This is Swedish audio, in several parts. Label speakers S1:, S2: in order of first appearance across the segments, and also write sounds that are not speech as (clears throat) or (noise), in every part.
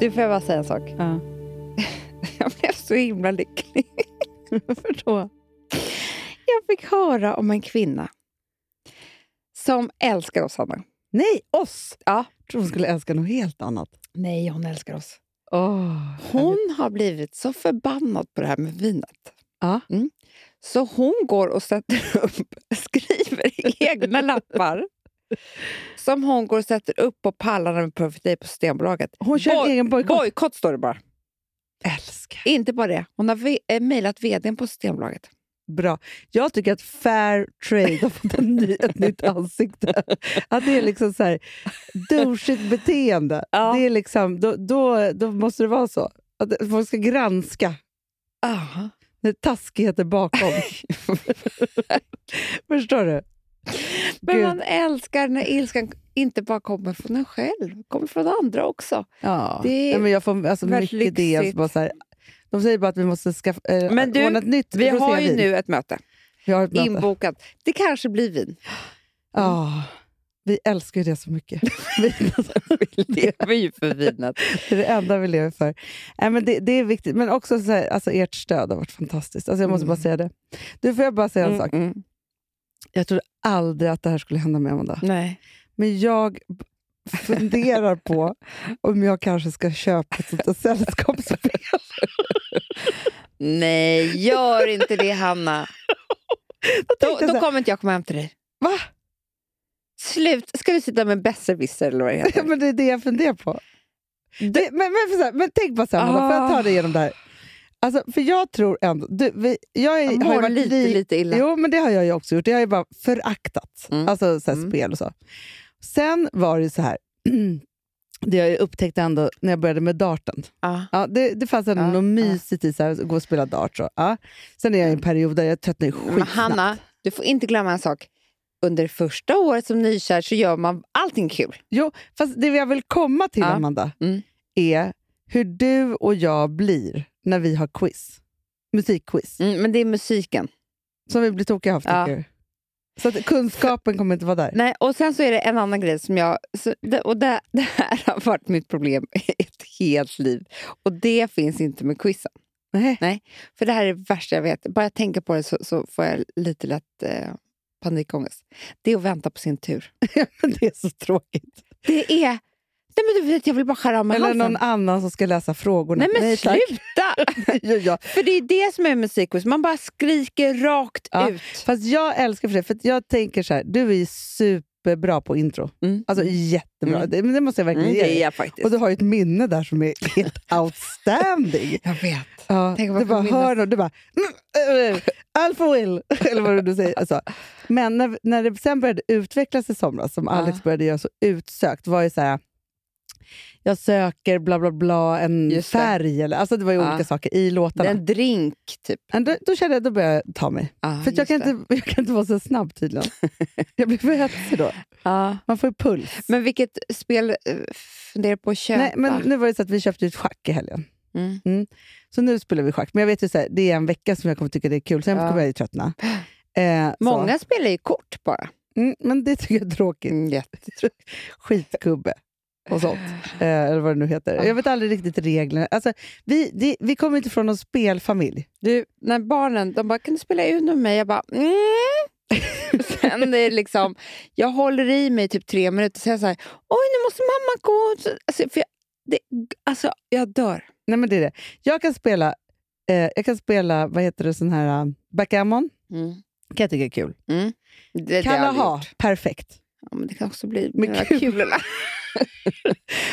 S1: Du, får jag bara säga en sak?
S2: Ja.
S1: (laughs) Jag blev så himla
S2: (laughs)
S1: lycklig.
S2: Varför då?
S1: Jag fick höra om en kvinna som älskar oss, Hanna.
S2: Nej, oss!
S1: Ja.
S2: Jag tror hon skulle älska något helt annat.
S1: Nej, hon älskar oss.
S2: Oh,
S1: Hon har blivit så förbannad på det här med vinet.
S2: Ja.
S1: Mm. Så hon går och sätter (laughs) upp, skriver egna lappar som hon går och sätter upp på pallarna med Perfect Day på Systembolaget.
S2: hon kör
S1: Boj-
S2: en egen bojkott.
S1: Bojkott står det bara.
S2: Älskar.
S1: Inte bara det. Hon har ve- eh, mejlat vdn på Systembolaget.
S2: Bra. Jag tycker att fair trade har fått en ny, ett (laughs) nytt ansikte. Att det är liksom så här, douchigt beteende.
S1: Ja.
S2: Det är liksom, då, då, då måste det vara så. Att folk ska granska
S1: (laughs) Aha.
S2: när taskigheter (laughs) bakom. Förstår du?
S1: Men
S2: Gud.
S1: man älskar när ilskan inte bara kommer från en själv, kommer från andra också.
S2: Ja.
S1: Det är
S2: Nej, men jag får alltså,
S1: väldigt
S2: mycket idéer. som
S1: lyxigt.
S2: bara så här, de säger bara att vi måste skaffa, eh,
S1: Men du,
S2: ordna ett nytt
S1: Vi har ju
S2: rosévin.
S1: nu ett möte
S2: Vi har ett möte.
S1: inbokat. Det kanske blir vin.
S2: Ja, vi älskar ju det så mycket. Vi-
S1: (laughs)
S2: det
S1: lever ju för vinet.
S2: är det enda vi lever för. Nej, men det, det är viktigt, men också så här, alltså, ert stöd har varit fantastiskt. Alltså, jag måste
S1: Mm.
S2: bara säga det. Du, får jag bara säga en sak?
S1: Mm, mm.
S2: Jag trodde aldrig att det här skulle hända med Amanda.
S1: Nej.
S2: Men jag b- funderar på om jag kanske ska köpa ett sånt
S1: (laughs)
S2: där sällskapsspel.
S1: Nej, gör inte det Hanna.
S2: Jag
S1: Då,
S2: tänkte så
S1: då
S2: här,
S1: kommer inte jag komma hem till dig.
S2: Va?
S1: Slut. Ska vi sitta med besserwisser eller vad det (laughs)
S2: Ja,
S1: heter?
S2: men det är det jag funderar på. Det, men, men, för så här, men tänk bara så här, Amanda, får jag ta
S1: Ah.
S2: dig igenom det här? Alltså, för jag tror ändå... Du, vi, jag är,
S1: Jag
S2: har ju
S1: mår
S2: varit
S1: lite,
S2: li-
S1: lite illa.
S2: Jo, men det har jag ju också gjort. Jag har ju bara föraktat
S1: Mm.
S2: alltså, så här,
S1: Mm.
S2: spel och så. Sen var det ju så här, (clears throat) det jag ju upptäckte ändå när jag började med darten.
S1: Ja.
S2: Ja, det, det fanns ändå
S1: Ja,
S2: något
S1: ja.
S2: mysigt i så här, att gå och spela dart. Så. Ja. Sen är jag i en period där jag tröttnar ju
S1: Mm. Men
S2: skitsnabbt.
S1: Hanna, du får inte glömma en sak. Under det första året som nykär så gör man allting kul.
S2: Jo, fast det jag vill komma till,
S1: Ja.
S2: Amanda,
S1: Mm.
S2: är hur du och jag blir när vi har quiz. Musikquiz.
S1: Mm, men det är musiken.
S2: Som vi blir tokiga av,
S1: Ja.
S2: tycker du? Så att kunskapen kommer inte vara där.
S1: Nej, och sen så är det en annan grej som jag... Så, det, och det, (laughs) det här har varit mitt problem i ett helt liv. Och det finns inte med quizen.
S2: Nej.
S1: För det här är det värsta jag vet. Bara jag tänker på det så, så får jag lite lätt eh, panikångest. Det är att vänta på sin tur.
S2: (laughs) Det är så tråkigt.
S1: Det är... Nej, men du vet, jag vill bara skära av mig
S2: Eller
S1: halsen.
S2: någon annan som ska läsa frågorna.
S1: Nej, men
S2: tack.
S1: sluta! (laughs)
S2: (laughs) Ja, ja.
S1: För det är det som är musikquiz. Man bara skriker rakt
S2: Ja.
S1: ut.
S2: Fast jag älskar för det, för att jag tänker så här, du är ju superbra på intro.
S1: Mm.
S2: Alltså jättebra,
S1: Mm.
S2: det, men det måste jag verkligen
S1: Mm,
S2: ge
S1: det är
S2: dig.
S1: jag faktiskt.
S2: Och du har ju ett minne där som är helt (laughs) outstanding.
S1: jag vet.
S2: Ja,
S1: Tänk om man
S2: du bara
S1: kunde minnas-
S2: hör och du bara mm, äh, Alfa Will, (laughs) eller vad du säger. Alltså. Men när, när det sen började utvecklas i somras, som Alex
S1: Ja.
S2: började göra så utsökt, var ju så här, jag söker bla bla bla en
S1: Just det.
S2: färg. Eller, alltså det var ju
S1: Ja.
S2: olika saker i låtarna.
S1: En drink, typ.
S2: Men Då, då kände jag då började jag ta mig.
S1: Ja,
S2: För att jag,
S1: just
S2: kan
S1: det.
S2: inte, (laughs) jag kan inte vara så
S1: (laughs)
S2: snabb tydligen. jag blir för hetsig då.
S1: Ja.
S2: Man får ju puls.
S1: Men vilket spel eh, funderar på att köpa?
S2: Nej, men nu var det så att vi köpte ju ett schack i helgen.
S1: Mm.
S2: Så nu spelar vi schack. Men jag vet ju så här, det är en vecka som jag kommer tycka det är kul, sen
S1: Ja.
S2: kommer jag
S1: (gasps)
S2: ju tröttna. Eh,
S1: Många Mm. spelar ju kort bara.
S2: Så. Mm, men det tycker jag är tråkigt. Skitgubbe och sånt.
S1: (laughs)
S2: Eh, eller vad det nu heter. Jag vet aldrig riktigt reglerna. Alltså, vi, det, vi kommer inte från någon spelfamilj.
S1: Du, när barnen de bara, kan du spela Uno med mig? Jag bara, mm. (laughs) Sen det är liksom, jag håller i mig typ tre minuter, sen så här, oj nu måste mamma gå. Så- Alltså, för jag, det, alltså jag dör.
S2: Nej, men det är det. Jag kan spela, eh, jag kan spela vad heter det, sån här eh, backgammon.
S1: Mm.
S2: kan jag tycka är kul.
S1: Det, det har jag aldrig
S2: Kalaha,
S1: gjort.
S2: perfekt.
S1: Ja, men det kan också bli
S2: Men
S1: med de här
S2: kul.
S1: (laughs) kulorna.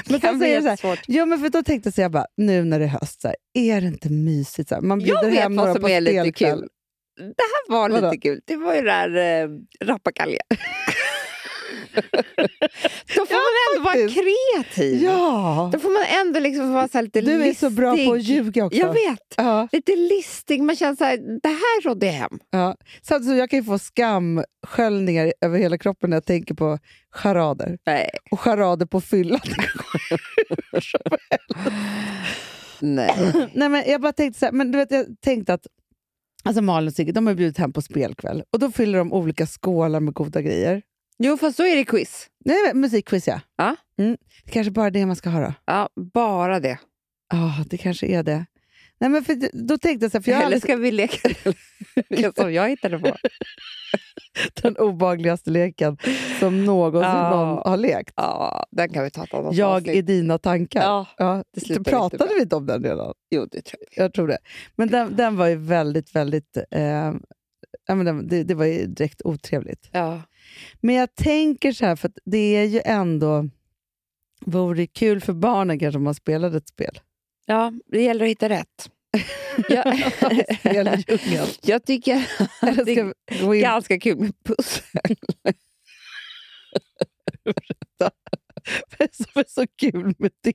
S2: Men
S1: Kan
S2: sen
S1: bli
S2: säger jag så här,
S1: jättesvårt.
S2: Ja, men för då tänkte jag så här bara, nu när det är höst, så här, är det inte mysigt? Så här, man
S1: Jag
S2: bjuder
S1: vet
S2: hem några
S1: vad som
S2: på
S1: är lite
S2: spelkväll.
S1: kul. Det här var
S2: Vadå?
S1: lite kul. Det var ju det här eh, (laughs) rappakalja. Då får man ändå vara
S2: faktiskt.
S1: kreativ.
S2: Ja!
S1: Då får man ändå liksom vara så här lite
S2: Du är
S1: listig.
S2: så bra på att ljuga också.
S1: Jag vet.
S2: Ja,
S1: Lite listig. Man känner så här, det här rådde jag hem.
S2: ja. Samtidigt som jag kan ju få skamsköljningar över hela kroppen när jag tänker på charader.
S1: Nej.
S2: Och charader
S1: (laughs)
S2: på fyllan.
S1: Nej.
S2: (coughs) Nej, men jag bara tänkte så här, men du vet, jag tänkte att Alltså Malin och Sigge, de har ju bjudit hem på spelkväll och då fyller de olika skålar med goda grejer.
S1: Jo, fast så är det quiz.
S2: Nej, men musikquiz ja. Mm.
S1: Ja.
S2: Det kanske bara är det man ska ha då.
S1: Ja, bara det.
S2: Ja, Ah, det kanske är det. Nej, men för, då tänkte jag så här, för jag har
S1: Eller
S2: aldrig
S1: ska vi leka (laughs) leken som jag hittade på?
S2: sett den obagligaste leken som någonsin
S1: Ja.
S2: någon har lekt.
S1: Ja, den kan vi ta ett annat
S2: Jag
S1: avsnitt.
S2: i dina tankar.
S1: Ja,
S2: Ja,
S1: det slutar inte
S2: pratade
S1: bra.
S2: vi inte om den redan?
S1: Jo, det tror jag.
S2: Jag tror det. Men den, den var ju väldigt, väldigt... Eh, ja, men den, det, det var ju direkt otrevligt.
S1: Ja.
S2: Men jag tänker så här, för att det är ju ändå... Vore det kul för barnen kanske om man spelade ett spel? (laughs)
S1: ja, det gäller att hitta rätt. Jag,
S2: Spel i djungeln.
S1: jag tycker
S2: Eller
S1: det-
S2: ska vi gå
S1: det är
S2: in
S1: ganska kul med puss.
S2: Vad (laughs) som är så kul med det?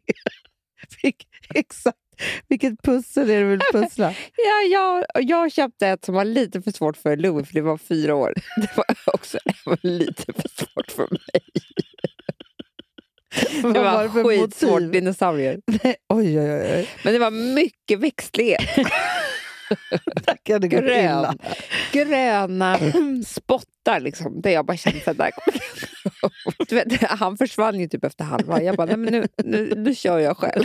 S2: Vilk, exakt. Vilket pussel är det du vill pussla?
S1: Ja, jag, jag köpte ett som var lite för svårt för Louie, för det var fyra år. (laughs) Det var också lite för svårt för mig.
S2: Vad
S1: Det var,
S2: (laughs) det för
S1: skitsvårt,
S2: motiv?
S1: dinosaurier.
S2: Nej, Oj, oj, oj. oj.
S1: Men det var mycket
S2: (laughs)
S1: växtlighet.
S2: Där kan det gå illa.
S1: Grön, gröna spottar, liksom. Där jag bara kände att där kommer det- Du vet, Han försvann ju typ efter halva. Jag bara, nej, men nu, nu, nu kör jag själv.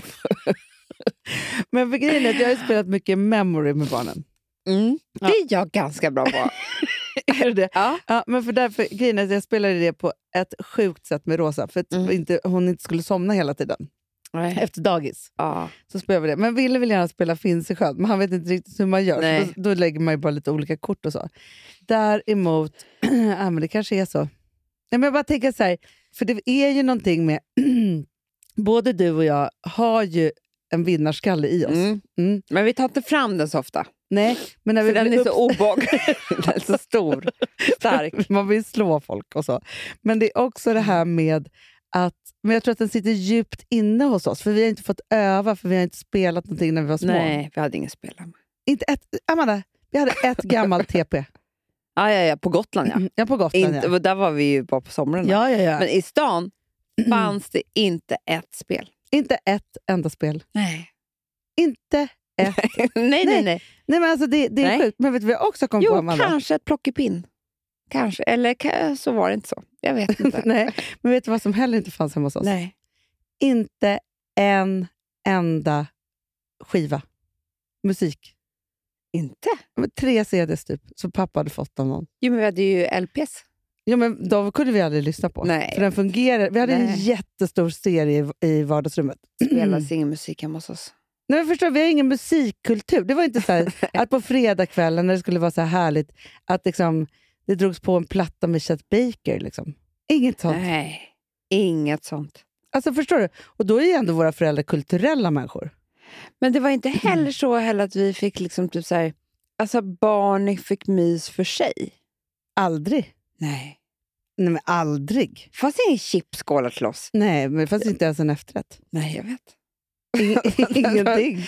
S2: Men för grejen är att jag har ju spelat mycket memory med barnen.
S1: Mm. Det är jag ganska bra på.
S2: (laughs) Är det det?
S1: Ja.
S2: Ja, men för därför, grejen är att jag spelade det på ett sjukt sätt med Rosa, för att
S1: Mm.
S2: inte, hon inte skulle somna hela tiden.
S1: Nej.
S2: Efter dagis
S1: Ja. så
S2: så spelade vi det. Men Ville vill gärna spela Finnsjön, men han vet inte riktigt hur man gör.
S1: Nej.
S2: Så då, då lägger man ju bara lite olika kort och så. Däremot, (clears throat) ja, men det kanske är så. Nej, men jag bara tänker så här, för det är ju någonting med... (clears throat) både du och jag har ju en vinnarskalle i oss.
S1: Mm.
S2: Mm.
S1: Men vi tar inte fram den så ofta.
S2: Nej, men när vi
S1: För den
S2: blir
S1: är så
S2: (laughs)
S1: obehaglig. Den är så stor. Stark. Mm.
S2: Man vill slå folk och så. Men det är också det här med att... Men jag tror att den sitter djupt inne hos oss, för vi har inte fått öva, för vi har inte spelat någonting när vi var små.
S1: Nej, vi hade ingen spelare.
S2: Inte ett, Amanda, vi hade
S1: (laughs)
S2: ett gammalt TP.
S1: Ja, ja, ja, på Gotland ja.
S2: Mm, Ja, på Gotland.
S1: Inte, och Där var vi ju bara på somrarna.
S2: ja. Ja, ja, ja.
S1: Men i stan fanns det inte ett spel.
S2: Inte ett enda spel.
S1: Nej.
S2: Inte ett.
S1: (laughs) nej, nej,
S2: Nej,
S1: nej.
S2: Nej, men alltså det, det är
S1: Nej.
S2: sjukt. Men vet du vad jag också kom
S1: Jo,
S2: på, Amanda?
S1: kanske ett plockepinn. Kanske. Eller ka- så var det inte så. Jag vet inte.
S2: Nej, men vet du vad som heller inte fanns hemma hos oss?
S1: (laughs) nej.
S2: Inte en enda skiva musik.
S1: Inte?
S2: Men Tre CDs typ, som pappa hade fått av någon.
S1: Jo, men vi hade ju LPs.
S2: Ja, men de kunde vi aldrig lyssna på.
S1: Nej.
S2: För den fungerar. Vi hade en
S1: Nej.
S2: jättestor serie i- i vardagsrummet.
S1: Spelades ingen musik hemma hos oss.
S2: Nej, men förstår, du, vi har ingen musikkultur. Det var inte så här, att på fredagskvällen när det skulle vara så här härligt att liksom, det drogs på en platta med Chet Baker. Liksom. Inget sånt.
S1: Nej, inget sånt.
S2: Alltså, förstår du? Och då är ju ändå våra föräldrar kulturella människor.
S1: Men det var inte heller så heller att vi fick liksom typ så här, alltså barn fick mys för sig.
S2: Aldrig.
S1: Nej.
S2: Nej, men aldrig.
S1: Det fanns ingen chipskåla till oss.
S2: Nej, men det fanns inte ens en efterrätt.
S1: Nej, jag vet.
S2: Ingenting.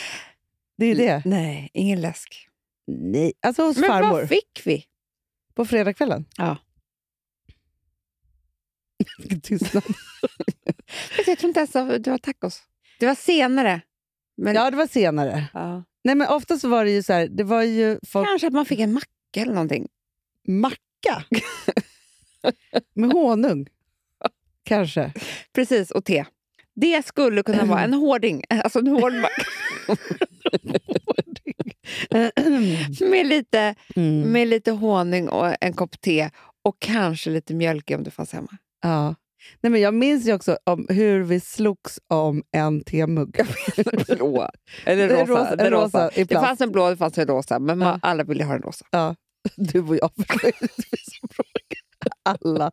S2: Det är det.
S1: Nej, ingen läsk.
S2: Nej. Alltså hos
S1: Men
S2: farmor.
S1: vad fick vi?
S2: På fredagskvällen?
S1: Ja.
S2: Vilken (laughs) Tystnad.
S1: Alltså, jag tror inte ens att det var tacos. Det var senare. Men,
S2: Ja, det var senare.
S1: ja.
S2: Nej, men ofta så var det ju så här, det var ju folk...
S1: Kanske att man fick en macka eller någonting.
S2: Macka! Med honung. Kanske.
S1: Precis, och te. Det skulle kunna vara en hårding. (laughs) Alltså en hård
S2: (laughs)
S1: macka med lite,
S2: Mm.
S1: med lite honung och en kopp te. Och kanske lite mjölk om det fanns
S2: (laughs)
S1: hemma.
S2: Ja. Nej, men jag minns ju också om hur vi slogs om en temugg.
S1: Blå. Eller rosa.
S2: rosa,
S1: den rosa.
S2: rosa i
S1: Det
S2: plast.
S1: fanns en blå, det fanns en rosa. Men man, alla ville ha en rosa.
S2: (laughs) Du och jag förstås. Alla.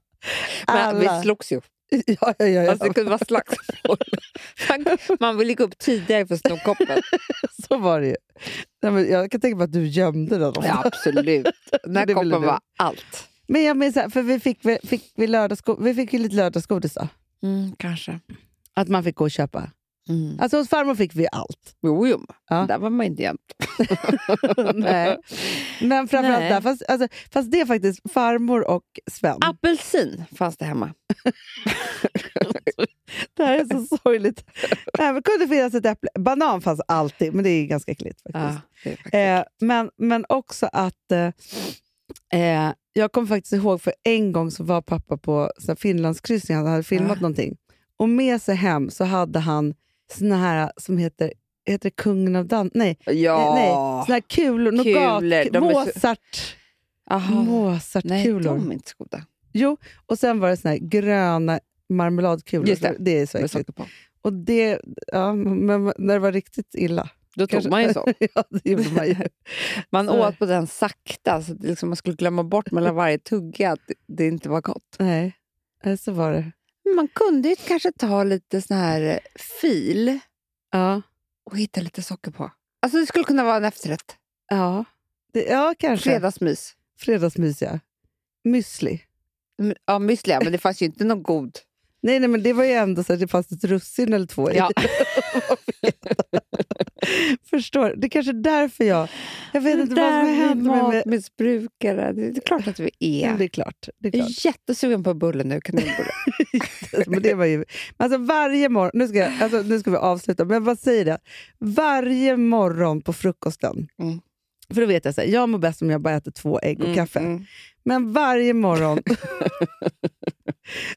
S1: Men
S2: Alla.
S1: vi slogs ju.
S2: Ja, ja, ja, ja.
S1: Alltså, det kunde vara slagsmål. Man, man ville gå upp tidigare för att sno koppen.
S2: Så var det ju. Nej, men jag kan tänka mig att du gömde den. ofta.
S1: Ja, absolut. Den här
S2: Det ville
S1: koppen
S2: du.
S1: var allt.
S2: Men jag minns, så här, för vi fick, vi, fick, vi, lördagsgo- vi fick ju lite lördagsgodis då.
S1: Mm, kanske.
S2: Att man fick gå och köpa.
S1: Mm.
S2: Alltså hos farmor fick vi allt.
S1: Jo, jo.
S2: Ja.
S1: Där var man inte jämt. (laughs)
S2: Nej. Men framförallt
S1: Nej.
S2: där, fast, alltså, fast det är faktiskt farmor och Sven.
S1: Apelsin fanns det hemma.
S2: Det här är (laughs) så sorgligt. Nej, men kunde finnas ett äpple. Banan fanns alltid, men det är ganska äckligt faktiskt.
S1: det är faktiskt-
S2: Eh, men, men också att... Eh, eh, jag kommer faktiskt ihåg för en gång så var pappa på så här, Finlandskryssning, han hade filmat
S1: Ja.
S2: någonting. Och med sig hem så hade han såna här som heter, heter det Kungen av Dan... Nej,
S1: Ja.
S2: nej, såna här kulor. Nougat,
S1: Kulor, de är så-
S2: Mozart.
S1: Aha. Nej,
S2: Mozartkulor.
S1: de är inte så goda.
S2: Jo, och sen var det såna här gröna marmeladkulor.
S1: Just det.
S2: det är så
S1: Med
S2: äckligt.
S1: socker på.
S2: Och det, ja, men när det var riktigt illa. (laughs)
S1: Då tog
S2: Kanske-
S1: man ju så.
S2: ja, det gjorde man
S1: (laughs)
S2: ju.
S1: Man
S2: Så-
S1: åt på den sakta, så att liksom man skulle glömma bort mellan varje tugga att det- det inte var gott.
S2: Nej, eh, så var det.
S1: Men Man kunde ju kanske ta lite sån här eh, fil
S2: Ja,
S1: och hitta lite socker på. Alltså det skulle kunna vara en efterrätt.
S2: ja. Det, ja kanske.
S1: Fredagsmys.
S2: Fredagsmys, ja. Müsli.
S1: Mm, Ja, müsli, ja, men det fanns ju inte någon god.
S2: Nej, nej, men det var ju ändå så att det fanns ett russin eller två i.
S1: Ja.
S2: (laughs) Förstår. Det är kanske är därför jag... Jag vet inte vad som
S1: där
S2: har
S1: med
S2: hänt med mig.
S1: matmissbrukare. Det det är klart att vi
S2: Men
S1: är.
S2: Det är klart. Det är
S1: Jag
S2: klart.
S1: är jättesugen på bulle nu, kanelbulle.
S2: Men det var ju, men alltså varje morgon, nu ska, jag, alltså nu ska vi avsluta, men vad säger det? Varje morgon på frukosten,
S1: Mm.
S2: för då vet jag så här, jag mår bäst om jag bara äter två ägg och kaffe.
S1: Mm.
S2: Men varje morgon,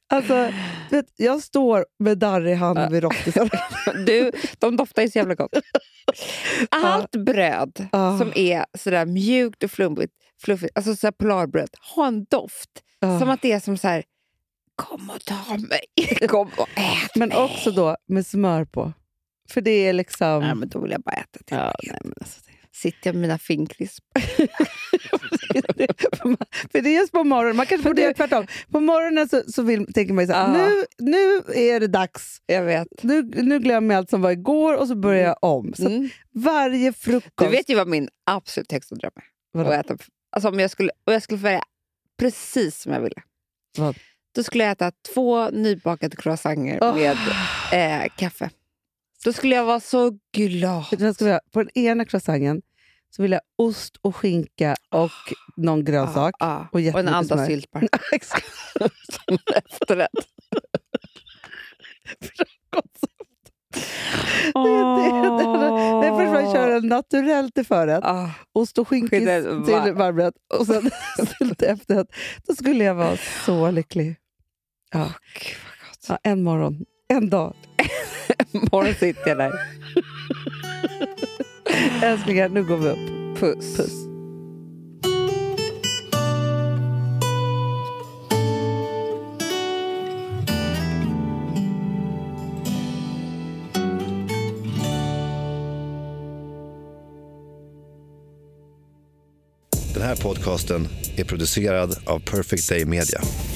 S2: alltså du vet, jag står med darrig hand vid rottisarna.
S1: (laughs) Du, de doftar ju så jävla
S2: (laughs)
S1: gott. Allt bröd
S2: Ah,
S1: (laughs) som är sådär mjukt och flummigt, fluffigt, alltså sådär polarbröd, har en doft
S2: ah.
S1: som att det är som så här. kom och ta mig,
S2: (laughs)
S1: kom och ät
S2: ah. Men
S1: mig.
S2: också då med smör på. För det är liksom...
S1: Nej, men då vill jag bara äta till
S2: Ja,
S1: mig.
S2: nej, men alltså, det-
S1: Sitter jag med mina finkrisp.
S2: För det är just på morgonen, man kanske borde göra tvärtom. På morgonen så, så vill, tänker man ju så här,
S1: Ah.
S2: nu, nu är det dags.
S1: Jag vet.
S2: Nu, nu glömmer jag allt som var igår och så börjar jag om. Så att
S1: Mm.
S2: varje frukost...
S1: Du vet ju vad min absolut högsta dröm är.
S2: Vadå?
S1: Att äta, alltså om jag skulle, och jag skulle få välja precis som jag ville.
S2: Vad?
S1: Då skulle jag äta två nybakade croissanter
S2: Åh.
S1: med eh, kaffe. Då skulle jag vara så glad.
S2: Vet du vad jag ska vilja? På den ena croissanten så vill jag ost och skinka och någon grönsak.
S1: Ja, ja.
S2: Och
S1: Ah, Och en
S2: jättemycket
S1: anda
S2: smör.
S1: syltbar.
S2: (laughs) Exakt.
S1: Som
S2: (laughs)
S1: efterrätt.
S2: Det är det- det är det. Nej, först man kör en naturell till förrätt,
S1: Ah,
S2: ost och skinka
S1: Skydda-
S2: till varmrätt och (laughs) sen sylt till efterrätt. Då skulle jag vara så lycklig.
S1: gud vad gott.
S2: Ja, en morgon, en dag.
S1: Imorgon sitter jag där.
S2: Älsklingar, nu går vi upp.
S1: Puss.
S2: Puss.
S3: Den här podcasten är producerad av Perfect Day Media.